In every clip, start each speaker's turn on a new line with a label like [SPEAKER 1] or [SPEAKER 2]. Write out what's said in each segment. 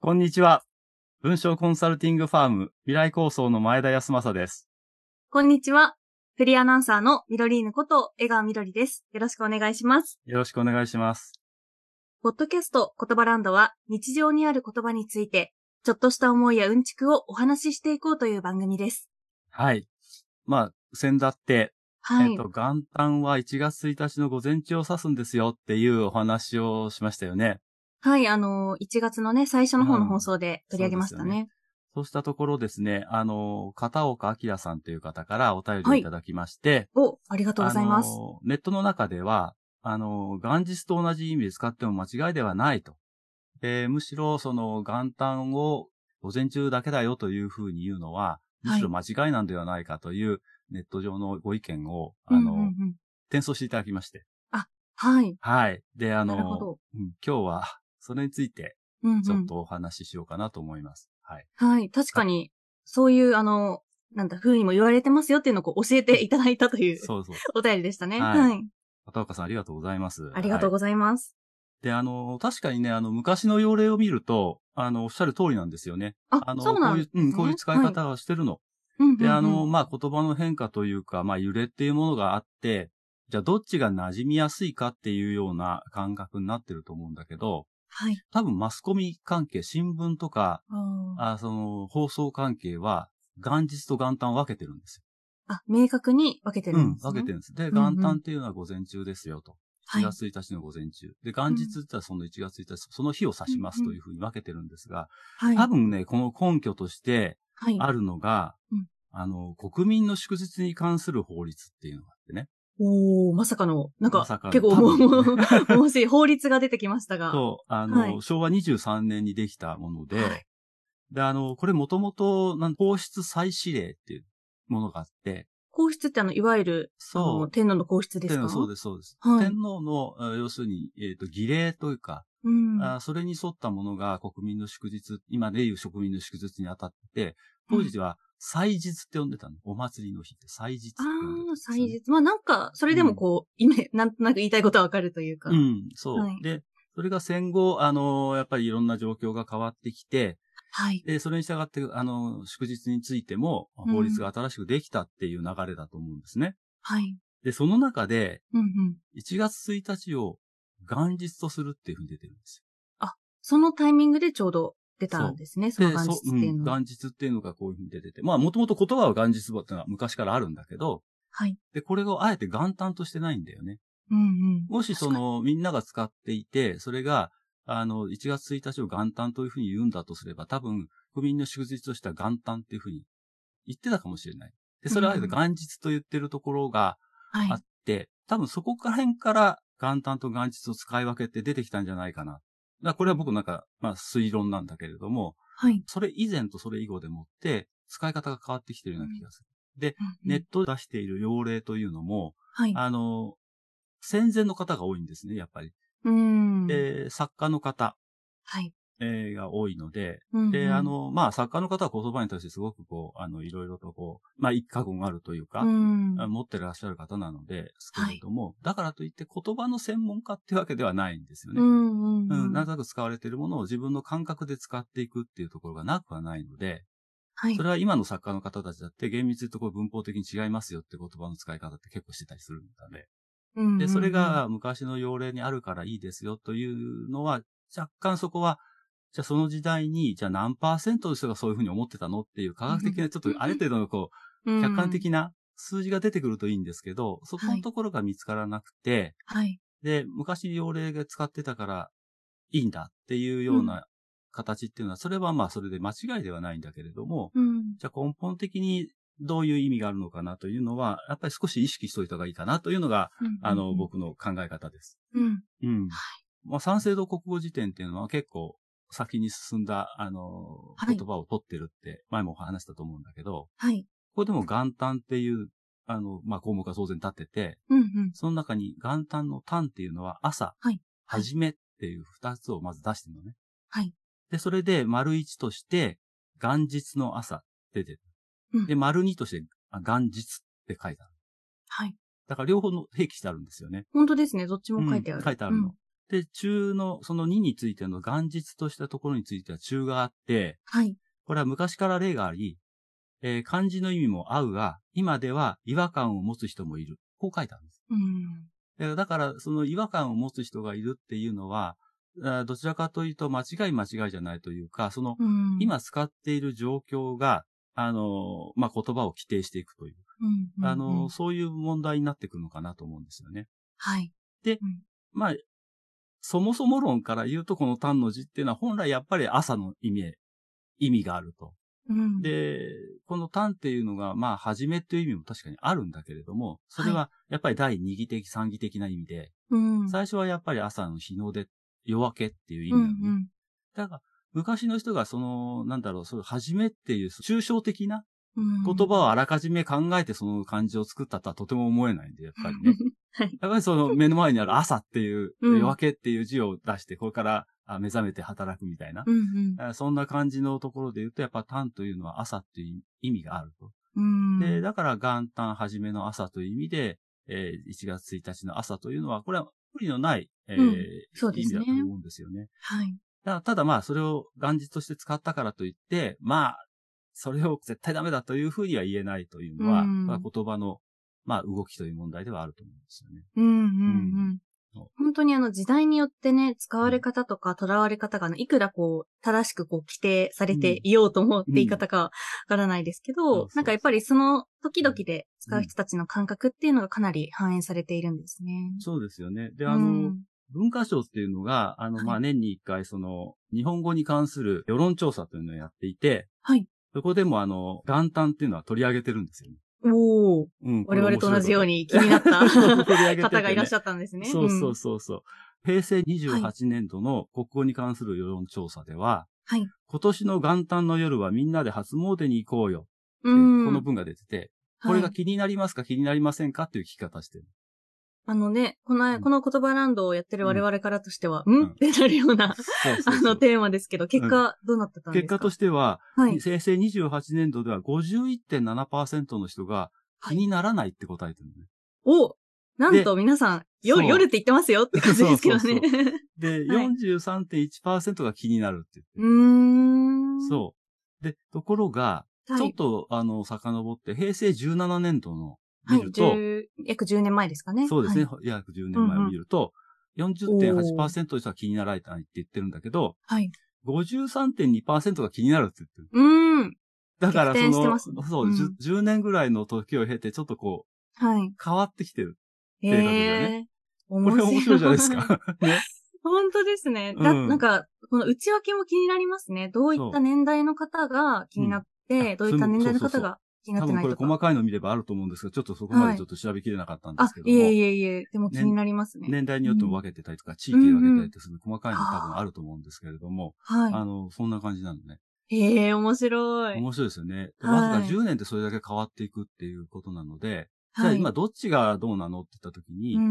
[SPEAKER 1] こんにちは。文章コンサルティングファーム未来構想の前田康政です。
[SPEAKER 2] こんにちは。フリーアナウンサーのミドリーヌこと江川みどりです。よろしくお願いします。
[SPEAKER 1] よろしくお願いします。
[SPEAKER 2] ポッドキャスト言葉ランドは日常にある言葉について、ちょっとした思いやうんちくをお話ししていこうという番組です。
[SPEAKER 1] はい。まあ、先だって、
[SPEAKER 2] はい。
[SPEAKER 1] えっと、元旦は1月1日の午前中を指すんですよっていうお話をしましたよね。
[SPEAKER 2] はい、あのー、1月のね、最初の方の放送で
[SPEAKER 1] うん
[SPEAKER 2] 取り上げましたね。
[SPEAKER 1] そうしたところですね、あの、片岡明さんという方からお便りを
[SPEAKER 2] はい
[SPEAKER 1] いただきまして、
[SPEAKER 2] お、ありがとうございます。
[SPEAKER 1] のネットの中では、あの、元日と同じ意味で使っても間違いではないと。えーむしろ、その、元旦を午前中だけだよというふうに言うのは、むしろ間違いなんではないかというネット上のご意見を、あの、
[SPEAKER 2] うんうんうん
[SPEAKER 1] 転送していただきまして。
[SPEAKER 2] はい。
[SPEAKER 1] はい。で、あ
[SPEAKER 2] なるほ
[SPEAKER 1] の、
[SPEAKER 2] ど。
[SPEAKER 1] うん今日は、それについて、
[SPEAKER 2] うんうん
[SPEAKER 1] ちょっとお話ししようかなと思います。はい。
[SPEAKER 2] はい。確かに、そういう、あの、なんだ、風にも言われてますよっていうのをこう教えていただいたという
[SPEAKER 1] そうそう。
[SPEAKER 2] お便りでしたね。
[SPEAKER 1] はい
[SPEAKER 2] はい。
[SPEAKER 1] 片岡さんありがとうございます。
[SPEAKER 2] ありがと
[SPEAKER 1] は
[SPEAKER 2] う
[SPEAKER 1] い
[SPEAKER 2] ございます。
[SPEAKER 1] で、あの、確かにね、あの、昔の用例を見ると、あの、おっしゃる通りなんですよね。あ
[SPEAKER 2] あ、
[SPEAKER 1] の、
[SPEAKER 2] そうなんです
[SPEAKER 1] こういう、うん、こういう使い方をしてるの。で、あの、
[SPEAKER 2] うんうんうん
[SPEAKER 1] まあ、言葉の変化というか、まあ、揺れっていうものがあって、じゃあ、どっちが馴染みやすいかっていうような感覚になってると思うんだけど、
[SPEAKER 2] はい。
[SPEAKER 1] 多分マスコミ関係、新聞とか、
[SPEAKER 2] あー
[SPEAKER 1] あその、放送関係は、元日と元旦を分けてるんです
[SPEAKER 2] あ、明確に分けて
[SPEAKER 1] よ。
[SPEAKER 2] る
[SPEAKER 1] うん
[SPEAKER 2] ん、です、ね
[SPEAKER 1] 分けてるんです。で、
[SPEAKER 2] んうん
[SPEAKER 1] 元旦っていうのは午前中ですよと。
[SPEAKER 2] は
[SPEAKER 1] 1
[SPEAKER 2] い。
[SPEAKER 1] 月1日の午前中。で、元日って言ったらその1月1日、その日を指しますというふうに分けてるんですが、
[SPEAKER 2] はい。
[SPEAKER 1] 多分ね、この根拠として
[SPEAKER 2] はい。
[SPEAKER 1] あるのが
[SPEAKER 2] うん、
[SPEAKER 1] あの、国民の祝日に関する法律っていうのがあってね。
[SPEAKER 2] おー、まさかの、なんか、
[SPEAKER 1] まさかの
[SPEAKER 2] 結構、
[SPEAKER 1] 多
[SPEAKER 2] もう、
[SPEAKER 1] 分
[SPEAKER 2] もう、 もしい法律が出てきましたが。
[SPEAKER 1] そう、あ
[SPEAKER 2] は
[SPEAKER 1] の、
[SPEAKER 2] い
[SPEAKER 1] 昭和23年にできたもので、
[SPEAKER 2] はい
[SPEAKER 1] で、あの、これもともと、なん皇室再指令っていうものがあって、
[SPEAKER 2] 皇室ってあの、いわゆる、あ
[SPEAKER 1] そ
[SPEAKER 2] の
[SPEAKER 1] う。
[SPEAKER 2] 天皇の皇室です
[SPEAKER 1] 天
[SPEAKER 2] か
[SPEAKER 1] 皇そうで
[SPEAKER 2] です。
[SPEAKER 1] す、そうです。
[SPEAKER 2] はい
[SPEAKER 1] 天皇の、あ要するに、えっ、と、儀礼というか、
[SPEAKER 2] うん。
[SPEAKER 1] あそれに沿ったものが国民の祝日、今でいう国民の祝日にあたって、当時は祭日って呼んでたの。お祭りの日って祭日って
[SPEAKER 2] あ
[SPEAKER 1] 呼んでたん
[SPEAKER 2] ー、
[SPEAKER 1] ですよ
[SPEAKER 2] 祭
[SPEAKER 1] ね、
[SPEAKER 2] 日。まあなんか、それでもこう、イメ、 なんとなく言いたいことはわかるというか。
[SPEAKER 1] うん、そう。
[SPEAKER 2] はい
[SPEAKER 1] で、それが戦後、あのーやっぱりいろんな状況が変わってきて、
[SPEAKER 2] はい。
[SPEAKER 1] で、それに従って、あのー祝日についても、
[SPEAKER 2] ん
[SPEAKER 1] 法律が新しくできたっていう流れだと思うんですね。
[SPEAKER 2] はい。
[SPEAKER 1] で、その中で、
[SPEAKER 2] うんうん。
[SPEAKER 1] 1月1日を元日とするっていうふうに出てるんです
[SPEAKER 2] そのタイミングでちょうど出たんですね、そ
[SPEAKER 1] よ。
[SPEAKER 2] の元日ってい
[SPEAKER 1] でそう
[SPEAKER 2] う
[SPEAKER 1] ん
[SPEAKER 2] のは。
[SPEAKER 1] 元日っていうのがこういうふうに出てて、まあ、もともと言葉は元日はってのは昔からあるんだけど、
[SPEAKER 2] はい。
[SPEAKER 1] で、これをあえて元旦としてないんだよね。
[SPEAKER 2] うんうん。
[SPEAKER 1] もしその、みんなが使っていて、それが、あの、1月1日を元旦というふうに言うんだとすれば、多分、国民の祝日としては元旦っていうふうに言ってたかもしれない。で、それはあえて
[SPEAKER 2] うん
[SPEAKER 1] 元日と言ってるところが
[SPEAKER 2] はい
[SPEAKER 1] あ。って、多分そこら辺から元旦と元日を使い分けて出てきたんじゃないかな。だからこれは僕なんか、まあ推論なんだけれども、
[SPEAKER 2] はい。
[SPEAKER 1] それ以前とそれ以後でもって、使い方が変わってきてるような気がする。ネットで出している用例というのも、
[SPEAKER 2] はい。
[SPEAKER 1] あの、戦前の方が多いんですね、やっぱり。
[SPEAKER 2] うん。
[SPEAKER 1] えー作家の方、
[SPEAKER 2] はい。
[SPEAKER 1] えーが多いので、
[SPEAKER 2] うんうん
[SPEAKER 1] で、あ、の、まあ、作家の方は言葉に対してすごくこう、あの、いろいろとこう、まあ、一過言あるというか、
[SPEAKER 2] うん。
[SPEAKER 1] あ持ってらっしゃる方なのですけれども、だからといって言葉の専門家ってわけではないんですよ
[SPEAKER 2] う
[SPEAKER 1] ね。
[SPEAKER 2] んうん
[SPEAKER 1] う、
[SPEAKER 2] うんん。
[SPEAKER 1] なんとなく使われているものを自分の感覚で使っていくっていうところがなくはないので、
[SPEAKER 2] はい
[SPEAKER 1] そ。れは今の作家の方たちだって厳密に言うところ文法的に違いますよって言葉の使い方って結構してたりするんだね。
[SPEAKER 2] うんうんうん
[SPEAKER 1] で、それ、が昔の用例にあるからいいですよというのは、若干そこは、じゃあその時代に、じゃあ何パーセントの人がそういうふうに思ってたのっていう科学的な、ちょっとある程度のこう、客観
[SPEAKER 2] に。
[SPEAKER 1] 的な数字が出てくるといいんですけど、そこのところが見つからなくて、
[SPEAKER 2] はい。
[SPEAKER 1] で、昔用例が使ってたからいいんだっていうような形っていうのは、それはまあそれで間違いではないんだけれども、
[SPEAKER 2] うん。
[SPEAKER 1] じゃあ根本的にどういう意味があるのかなというのは、やっぱり少し意識しといた方がいいかなというのが、あの、。僕の考え方です。
[SPEAKER 2] うん。
[SPEAKER 1] うん
[SPEAKER 2] は。
[SPEAKER 1] まあ、三省堂国語辞典っていうのは結構先に進んだ、あの、
[SPEAKER 2] はい
[SPEAKER 1] 言葉を取ってるって前もお話したと思うんだけど、
[SPEAKER 2] はい。
[SPEAKER 1] ここでも元旦っていう、あの、まあ、項目が当然立ってて、
[SPEAKER 2] うんうん。
[SPEAKER 1] その中に元旦の旦っていうのは朝、
[SPEAKER 2] はいはい
[SPEAKER 1] 始めっていう二つをまず出してるのね。
[SPEAKER 2] はい。
[SPEAKER 1] で、それで丸一として、元日の朝って出てる。
[SPEAKER 2] うん
[SPEAKER 1] で、丸二として、あ元日って書いてある。
[SPEAKER 2] はい。
[SPEAKER 1] だから両方の併記してあるんですよね。
[SPEAKER 2] 本当ですね。どっちも書いて
[SPEAKER 1] う
[SPEAKER 2] ある。
[SPEAKER 1] ん書いてあるの。で、中の、その2についての元日としたところについては中があって、
[SPEAKER 2] はい。
[SPEAKER 1] これは昔から例があり、えー漢字の意味も合うが、今では違和感を持つ人もいる。こう書いてあるんです。
[SPEAKER 2] うん。
[SPEAKER 1] えーだから、その違和感を持つ人がいるっていうのは、あーどちらかというと間違い間違いじゃないというか、その
[SPEAKER 2] うん、
[SPEAKER 1] 今使っている状況が、あのー、まあ、言葉を規定していくという、
[SPEAKER 2] うん、うんうん
[SPEAKER 1] あのー、そういう問題になってくるのかなと思うんですよね。
[SPEAKER 2] はい。
[SPEAKER 1] まあ、そもそも論から言うと、この単の字っていうのは本来やっぱり朝の意味、意味があると。
[SPEAKER 2] うん、
[SPEAKER 1] で、この単っていうのが、まあ、始めっていう意味も確かにあるんだけれども、それはやっぱり第二義的、三義的な意味で、
[SPEAKER 2] うん、
[SPEAKER 1] 最初はやっぱり朝の日の出、夜明けっていう意味
[SPEAKER 2] うん
[SPEAKER 1] なのね、だから、昔の人がその、なんだろう、そういう始めっていう抽象的な
[SPEAKER 2] うん、
[SPEAKER 1] 言葉をあらかじめ考えてその漢字を作ったとはとても思えないんで、やっぱりね。
[SPEAKER 2] はい。
[SPEAKER 1] やっぱりその目の前にある朝っていう、
[SPEAKER 2] うん
[SPEAKER 1] 夜明けっていう字を出して、これからあ目覚めて働くみたいな
[SPEAKER 2] う、ん、うん
[SPEAKER 1] あそんな感じのところで言うと、やっぱ単というのは朝っていう意味があると。
[SPEAKER 2] うん。
[SPEAKER 1] で、だから元旦初めの朝という意味で、えー1月1日の朝というのは、これは無理のない、えー
[SPEAKER 2] うんそう
[SPEAKER 1] 意
[SPEAKER 2] です
[SPEAKER 1] 味だ
[SPEAKER 2] ね
[SPEAKER 1] と思うんですよね。
[SPEAKER 2] はい。
[SPEAKER 1] だからただまあ、それを元日として使ったからといって、まあ、それを絶対ダメだというふうには言えないというのは、
[SPEAKER 2] うん
[SPEAKER 1] まあ言葉の、まあ、動きという問題ではあると思うんですよね。
[SPEAKER 2] うんうんうん
[SPEAKER 1] うん
[SPEAKER 2] 本当にあの時代によってね、使われ方とか囚われ方があのいくらこう、正しくこう規定されていようと思って言い方かわからないですけ
[SPEAKER 1] そうそ
[SPEAKER 2] ど、
[SPEAKER 1] う
[SPEAKER 2] なんかやっぱりその時々で使う人たちの感覚っていうのがかなり反映されているんですね。
[SPEAKER 1] そうですよね。で、
[SPEAKER 2] う
[SPEAKER 1] あの、
[SPEAKER 2] ん
[SPEAKER 1] 文化省っていうのが、あの、ま
[SPEAKER 2] は
[SPEAKER 1] あ、年に一回、その、日本語に関する世論調査というのをやっていて、
[SPEAKER 2] はい。
[SPEAKER 1] そこでもあの、元旦っていうのは取り上げてるんですよね。
[SPEAKER 2] おー
[SPEAKER 1] うん。
[SPEAKER 2] 我々と同じよう
[SPEAKER 1] に
[SPEAKER 2] に気になった
[SPEAKER 1] そう取り上げててね
[SPEAKER 2] 方がいらっしゃったんですね。
[SPEAKER 1] そうそううそうそう。平成28年度の国語に関する世論調査では、
[SPEAKER 2] はい
[SPEAKER 1] 今年の元旦の夜はみんなで初詣に行こうよっていう、
[SPEAKER 2] ん。うん。
[SPEAKER 1] この文が出てて、これが
[SPEAKER 2] はい
[SPEAKER 1] 気になりますか気になりませんかっていう聞き方してる。
[SPEAKER 2] あのね、こ
[SPEAKER 1] う
[SPEAKER 2] の、
[SPEAKER 1] ん
[SPEAKER 2] この言葉ランドをやってる我々からとしては、
[SPEAKER 1] ん
[SPEAKER 2] んってなるような、
[SPEAKER 1] そうそうそう
[SPEAKER 2] あのテーマですけど、結果どうなってたんです
[SPEAKER 1] 結
[SPEAKER 2] か
[SPEAKER 1] 果と
[SPEAKER 2] し
[SPEAKER 1] しては、
[SPEAKER 2] て、はい。
[SPEAKER 1] 平成28年度では51.7%の人が
[SPEAKER 2] は
[SPEAKER 1] 気
[SPEAKER 2] い
[SPEAKER 1] にならないって答えてるのね。
[SPEAKER 2] おなんと皆さん、夜、
[SPEAKER 1] そう
[SPEAKER 2] 夜って言ってますよって感じですけど
[SPEAKER 1] そう
[SPEAKER 2] ね。
[SPEAKER 1] そう
[SPEAKER 2] う
[SPEAKER 1] で、
[SPEAKER 2] はい
[SPEAKER 1] 43.1%が気になるって言って。
[SPEAKER 2] ーん。
[SPEAKER 1] そう。で、ところが、
[SPEAKER 2] う。はい、
[SPEAKER 1] ちょっと、あの、遡って、平成17年度の
[SPEAKER 2] はい
[SPEAKER 1] 見ると、
[SPEAKER 2] 10約10年前ですかね。
[SPEAKER 1] そうですね、
[SPEAKER 2] はい。
[SPEAKER 1] 約10年前を見ると、40.8%の人は気にならないって言ってるんだけど、
[SPEAKER 2] はい、
[SPEAKER 1] 53.2%が気になるって言ってる。
[SPEAKER 2] うーん。
[SPEAKER 1] だから、そ
[SPEAKER 2] 逆転して
[SPEAKER 1] の、
[SPEAKER 2] ます
[SPEAKER 1] そ
[SPEAKER 2] ね
[SPEAKER 1] う、
[SPEAKER 2] うん
[SPEAKER 1] 10 10年ぐらいの時を経て、ちょっとこう、
[SPEAKER 2] はい。
[SPEAKER 1] 変わってきてる。
[SPEAKER 2] へ
[SPEAKER 1] いう感じだよね
[SPEAKER 2] え。面
[SPEAKER 1] これ面白いじゃないです。か。ね。
[SPEAKER 2] 本当ですね。だ、
[SPEAKER 1] うん
[SPEAKER 2] なんか、この内訳も気になりますね。どういった年代の方が気になって、
[SPEAKER 1] うん
[SPEAKER 2] どういった年代の
[SPEAKER 1] そうそうそ
[SPEAKER 2] 方
[SPEAKER 1] う
[SPEAKER 2] が気にな
[SPEAKER 1] 多
[SPEAKER 2] って
[SPEAKER 1] 分
[SPEAKER 2] ない
[SPEAKER 1] ことれ
[SPEAKER 2] か。
[SPEAKER 1] 細かいの見ればあると思うんですけど、ちょっとそこまでちょっと調べきれなかったんで
[SPEAKER 2] あ
[SPEAKER 1] すけ、ど
[SPEAKER 2] い
[SPEAKER 1] も、
[SPEAKER 2] えいえいえ、でも気になりますね。
[SPEAKER 1] 年代によっても分けてたりとか、地域で分けたりってすごい細かいの多分あると思うんですけれども、あ
[SPEAKER 2] は
[SPEAKER 1] の、そんな感じなのね。
[SPEAKER 2] い。へえ、面白い。
[SPEAKER 1] 面白いですよね。で
[SPEAKER 2] はい
[SPEAKER 1] わずか10年でそれだけ変わっていくっていうことなので、じゃあ
[SPEAKER 2] はい
[SPEAKER 1] 今どっちがどうなのって言った時に、
[SPEAKER 2] う
[SPEAKER 1] うん、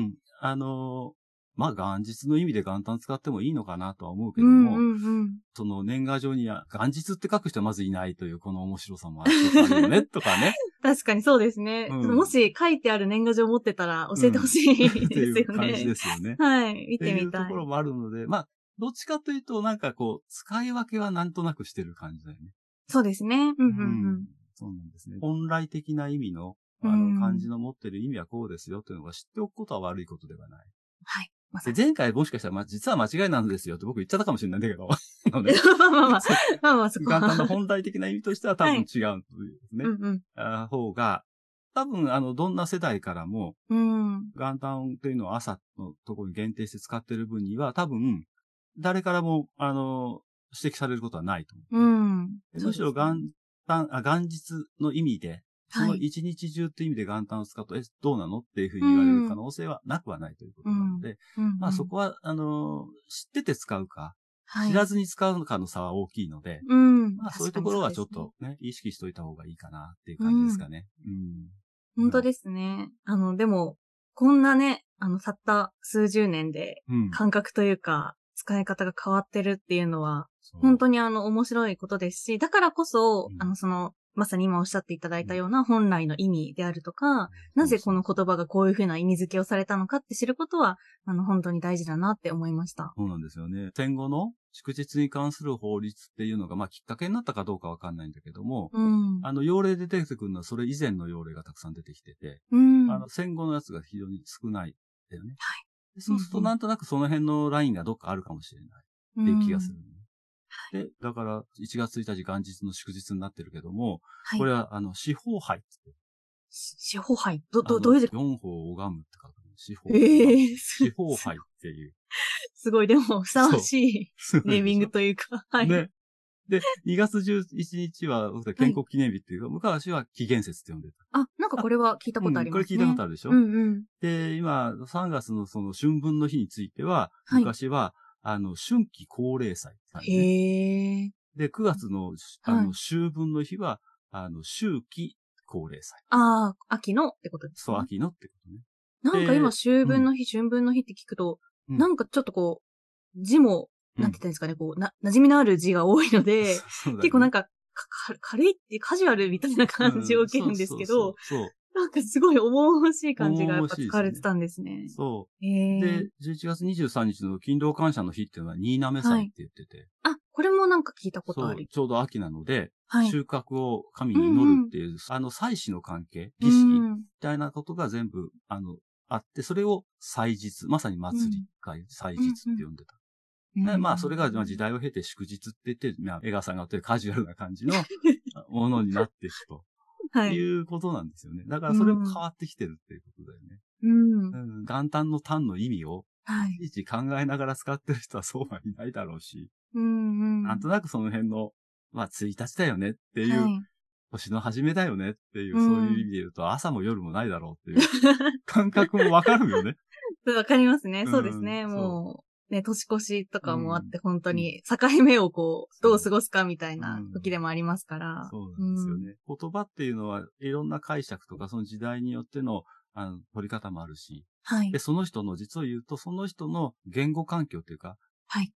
[SPEAKER 2] ん。
[SPEAKER 1] あのーまあ、元日の意味で元旦使ってもいいのかなとは思うけ
[SPEAKER 2] う
[SPEAKER 1] ど
[SPEAKER 2] ん
[SPEAKER 1] も、
[SPEAKER 2] うんうん。
[SPEAKER 1] その年賀状には元日って書く人はまずいないというこの面白さもあるあるよね、とかね。
[SPEAKER 2] 確かにそうですね。
[SPEAKER 1] うん
[SPEAKER 2] そのもし書いてある年賀状持ってたら教えてほ しい
[SPEAKER 1] っ
[SPEAKER 2] で
[SPEAKER 1] て
[SPEAKER 2] すよ
[SPEAKER 1] い
[SPEAKER 2] ね。
[SPEAKER 1] う感じですよね。
[SPEAKER 2] はい。見
[SPEAKER 1] って
[SPEAKER 2] て
[SPEAKER 1] い
[SPEAKER 2] み
[SPEAKER 1] う
[SPEAKER 2] た
[SPEAKER 1] と
[SPEAKER 2] い。
[SPEAKER 1] ころもあるので、まあ、どっちかというと、なんかこう、使い分けはなんとなくしてる感じだよね。
[SPEAKER 2] そうですね。うんうん
[SPEAKER 1] うんそうなんですね。本来的な意味の、あ
[SPEAKER 2] うん
[SPEAKER 1] の、漢字の持ってる意味はこうですよというのが知っておくことは悪いことではない。
[SPEAKER 2] はい まさ
[SPEAKER 1] で前回もしかしたら、まあ、実は間違いなんですよって僕言っちゃったかもしれないんだけ ど。あの
[SPEAKER 2] う
[SPEAKER 1] ね
[SPEAKER 2] ん。まあまあまあ、まあまあそこ
[SPEAKER 1] 元旦の
[SPEAKER 2] は。
[SPEAKER 1] 本来的な意味としては多分違うというですね
[SPEAKER 2] う。ん
[SPEAKER 1] あ方が、多分、あの、どんな世代からも、
[SPEAKER 2] うん。うん。
[SPEAKER 1] 元旦というのを朝のところに限定して使ってる分には、多分、誰からも、あの、指摘されることはないと思う。
[SPEAKER 2] うん。
[SPEAKER 1] むしろ
[SPEAKER 2] そう
[SPEAKER 1] 元旦、あ、元日の意味で、
[SPEAKER 2] です
[SPEAKER 1] そ
[SPEAKER 2] ね
[SPEAKER 1] の
[SPEAKER 2] はい。
[SPEAKER 1] 一日中っていう意味で元旦を使うと、え、どうなのっていうふうに言われる可能性はなくはないということなので、
[SPEAKER 2] うんうん
[SPEAKER 1] まあそ、こは、あのー知ってて使うか、
[SPEAKER 2] はい
[SPEAKER 1] 知らずに使うかの差は大きいので、
[SPEAKER 2] うん。
[SPEAKER 1] まあ
[SPEAKER 2] 確
[SPEAKER 1] そ
[SPEAKER 2] かに
[SPEAKER 1] ういうところはちょっ
[SPEAKER 2] そうですね
[SPEAKER 1] とね、意識しといた方がいいかなっていう感じですかね。うん。
[SPEAKER 2] 本当ですね。あの、でも、こんなね、あの、たった数十年で
[SPEAKER 1] うん。
[SPEAKER 2] 感覚というか、使い方が変わってるっていうのは、
[SPEAKER 1] そう
[SPEAKER 2] 本当にあの、面白いことですし、だからこそ、
[SPEAKER 1] うん
[SPEAKER 2] あの、その、まさに今おっしゃっていただいたような本来の意味であるとか、なぜこの言葉がこういうふうな意味付けをされたのかって知ることは、あの、本当に大事だなって思いました。
[SPEAKER 1] そうなんですよね。戦後の祝日に関する法律っていうのが、まあ、きっかけになったかどうかわかんないんだけども、
[SPEAKER 2] うん。
[SPEAKER 1] あの、用例で出てくるのは、それ以前の用例がたくさん出てきてて、
[SPEAKER 2] うん。
[SPEAKER 1] あの、戦後のやつが非常に少ないんだよね。
[SPEAKER 2] は
[SPEAKER 1] でそうする
[SPEAKER 2] う
[SPEAKER 1] と、
[SPEAKER 2] んうん
[SPEAKER 1] なんとなくその辺のラインがどっかあるかもしれないっていう気がする。で、だから、1月1日元日の祝日になってるけども、
[SPEAKER 2] うん。
[SPEAKER 1] こ
[SPEAKER 2] は
[SPEAKER 1] れ
[SPEAKER 2] い。
[SPEAKER 1] は、あの、四方杯って言って。
[SPEAKER 2] 司法杯。ど、
[SPEAKER 1] あ
[SPEAKER 2] ど、
[SPEAKER 1] の
[SPEAKER 2] どういう字
[SPEAKER 1] 四方を拝むって書くの。四方。
[SPEAKER 2] ええす
[SPEAKER 1] 四方杯っていう。
[SPEAKER 2] すごい、でも、ふさわしい ネーミングというか、はい。
[SPEAKER 1] ね。で、2月11日は、建国記念日っていうか、昔は紀元節って呼んでた。
[SPEAKER 2] あ、なんかこれは聞いたことありますね。
[SPEAKER 1] うんこれ聞いたことあるでしょ、
[SPEAKER 2] うんうん。
[SPEAKER 1] で、今、3月のその春分の日については、
[SPEAKER 2] はい
[SPEAKER 1] 昔は、あの、春季高齢祭って感じね、
[SPEAKER 2] へえ。
[SPEAKER 1] で、9月の、あ
[SPEAKER 2] はい
[SPEAKER 1] の、秋分の日は、あの、秋季高齢祭。
[SPEAKER 2] ああ、秋のってことです
[SPEAKER 1] そう、
[SPEAKER 2] か、
[SPEAKER 1] 秋のってことね。
[SPEAKER 2] なんか今、秋分の日、春分の日って聞くと、
[SPEAKER 1] うん
[SPEAKER 2] なんかちょっとこう、字も、なんて言ったらいいんですかね、こう、な、馴染みのある字が多い ので、結構なん
[SPEAKER 1] か
[SPEAKER 2] か、かか軽いってカジュアルみたいな感じを受けるんですけ
[SPEAKER 1] そ
[SPEAKER 2] ど、、
[SPEAKER 1] うそう
[SPEAKER 2] なんかすごい重々しい感じがやっぱ
[SPEAKER 1] 重々しいですね
[SPEAKER 2] 使われてたんですね。
[SPEAKER 1] そう
[SPEAKER 2] へ
[SPEAKER 1] そう。
[SPEAKER 2] え
[SPEAKER 1] で、11月23日の勤労感謝の日っていうのは、新滑祭って言ってて、
[SPEAKER 2] あ、これもなんか聞いたこと
[SPEAKER 1] そ
[SPEAKER 2] あ
[SPEAKER 1] う
[SPEAKER 2] る。
[SPEAKER 1] ちょうど秋なので、
[SPEAKER 2] はい。
[SPEAKER 1] 収穫を神に祈るっていう、あの、祭祀の関係、儀式、
[SPEAKER 2] うん
[SPEAKER 1] みたいなことが全部、あの、あって、それを祭日、まさに祭り会、祭日って呼んでた。でまあ、それがまあ時代を経て祝日って言って、まあ、江川さんが言ってるカジュアルな感 じのものになっていくと
[SPEAKER 2] はい。
[SPEAKER 1] いうことなんですよね。だからそれも変わってきてるっていうことだよね。
[SPEAKER 2] うん
[SPEAKER 1] う。ん、元旦の単の意味を、
[SPEAKER 2] はい。
[SPEAKER 1] いちいち考えながら使ってる人はそうはいないだろうし、
[SPEAKER 2] うんうん。
[SPEAKER 1] なんとなくその辺の、まあ、1日だよねって
[SPEAKER 2] て
[SPEAKER 1] いう、
[SPEAKER 2] はい、
[SPEAKER 1] 星の始めだよねっていう、
[SPEAKER 2] うん
[SPEAKER 1] そういう意味で言うと、朝も夜もないだろうって いう感覚もわかるよね。
[SPEAKER 2] そうわかりますね。そうですね。
[SPEAKER 1] うん
[SPEAKER 2] もう、ね、年越しとかもあって、本当に、境目をこう、どう過ごすかみたいな時でもありますから。
[SPEAKER 1] そうなんですよね。言葉っていうのはいろんな解釈とか、その時代によっての、あの、取り方もあるし、
[SPEAKER 2] はい
[SPEAKER 1] で、。その人の、実を言うと、その人の言語環境というか、
[SPEAKER 2] はい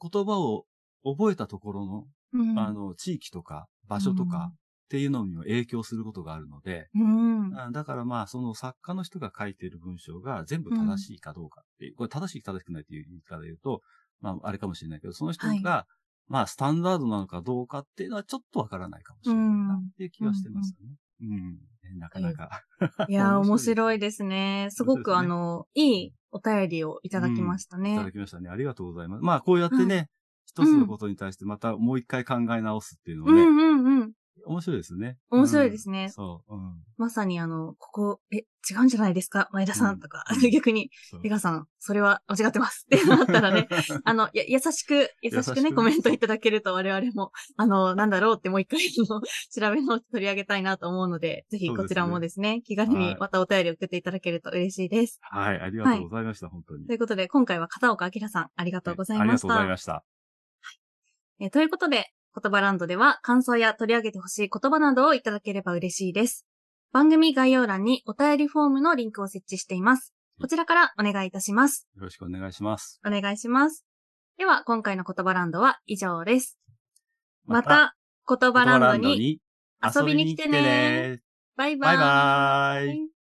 [SPEAKER 1] 言葉を覚えたところの、
[SPEAKER 2] うん
[SPEAKER 1] あ、の、地域とか、場所とか、っていうのにも影響することがあるので、
[SPEAKER 2] うん。うん。
[SPEAKER 1] あだからまあ、その作家の人が書いている文章が全部正しいかどうかっていう、これ正しい正しくないっていう言い方で言うと、まあ、あれかもしれないけど、その人が、まあ、スタンダードなのかどうかっていうのはちょっとわからないかもしれないなっていう気はしてますよね。うん、ねなかなか。
[SPEAKER 2] いやー、面
[SPEAKER 1] 面白
[SPEAKER 2] 白
[SPEAKER 1] い
[SPEAKER 2] いですね。す
[SPEAKER 1] 面白
[SPEAKER 2] ご
[SPEAKER 1] いですね
[SPEAKER 2] く、あの、いいお便りをいただきました
[SPEAKER 1] い
[SPEAKER 2] ね。
[SPEAKER 1] ただきましたね。ありがとうございます。まあ、こうやってね、一つのことに対してまたもう一回考え直すっていうの
[SPEAKER 2] う
[SPEAKER 1] はね、
[SPEAKER 2] んうんうん。
[SPEAKER 1] 面白いですね。
[SPEAKER 2] 面白いですね
[SPEAKER 1] うんそう。うん。
[SPEAKER 2] まさにあの、ここ、え、違うんじゃないですか前田さ
[SPEAKER 1] うん
[SPEAKER 2] んとか、
[SPEAKER 1] うん
[SPEAKER 2] 逆に、
[SPEAKER 1] そう
[SPEAKER 2] 江川さん、それは間違ってますってなったらね、あの、や、優しく、優
[SPEAKER 1] 優し
[SPEAKER 2] し
[SPEAKER 1] く
[SPEAKER 2] く
[SPEAKER 1] ね
[SPEAKER 2] ね、コメントいただけると我々も、あの、なんだろうってもう一回、あの調べ直して取り上げたいなと思うので、ぜひこちらもですね、気軽
[SPEAKER 1] は
[SPEAKER 2] に
[SPEAKER 1] い
[SPEAKER 2] またお便り送っていただけると嬉しいです。
[SPEAKER 1] はい、ありがとうございました、本当に。
[SPEAKER 2] ということで、今回は片岡明さん、ありがとうござい
[SPEAKER 1] あり
[SPEAKER 2] ま
[SPEAKER 1] が
[SPEAKER 2] し
[SPEAKER 1] とうござい
[SPEAKER 2] た。
[SPEAKER 1] ました。
[SPEAKER 2] えーということで、言葉ランドでは感想や取り上げてほしい言葉などをいただければ嬉しいです。番組概要欄にお便りフォームのリンクを設置しています。こちらからお願いいたします。
[SPEAKER 1] よろしくお願いします。
[SPEAKER 2] お願いします。では、今回の言葉ランドは以上です。また、言葉ランドに、
[SPEAKER 1] 遊びに来てね。
[SPEAKER 2] バイバ
[SPEAKER 1] バイ
[SPEAKER 2] ーイ。
[SPEAKER 1] バーイ。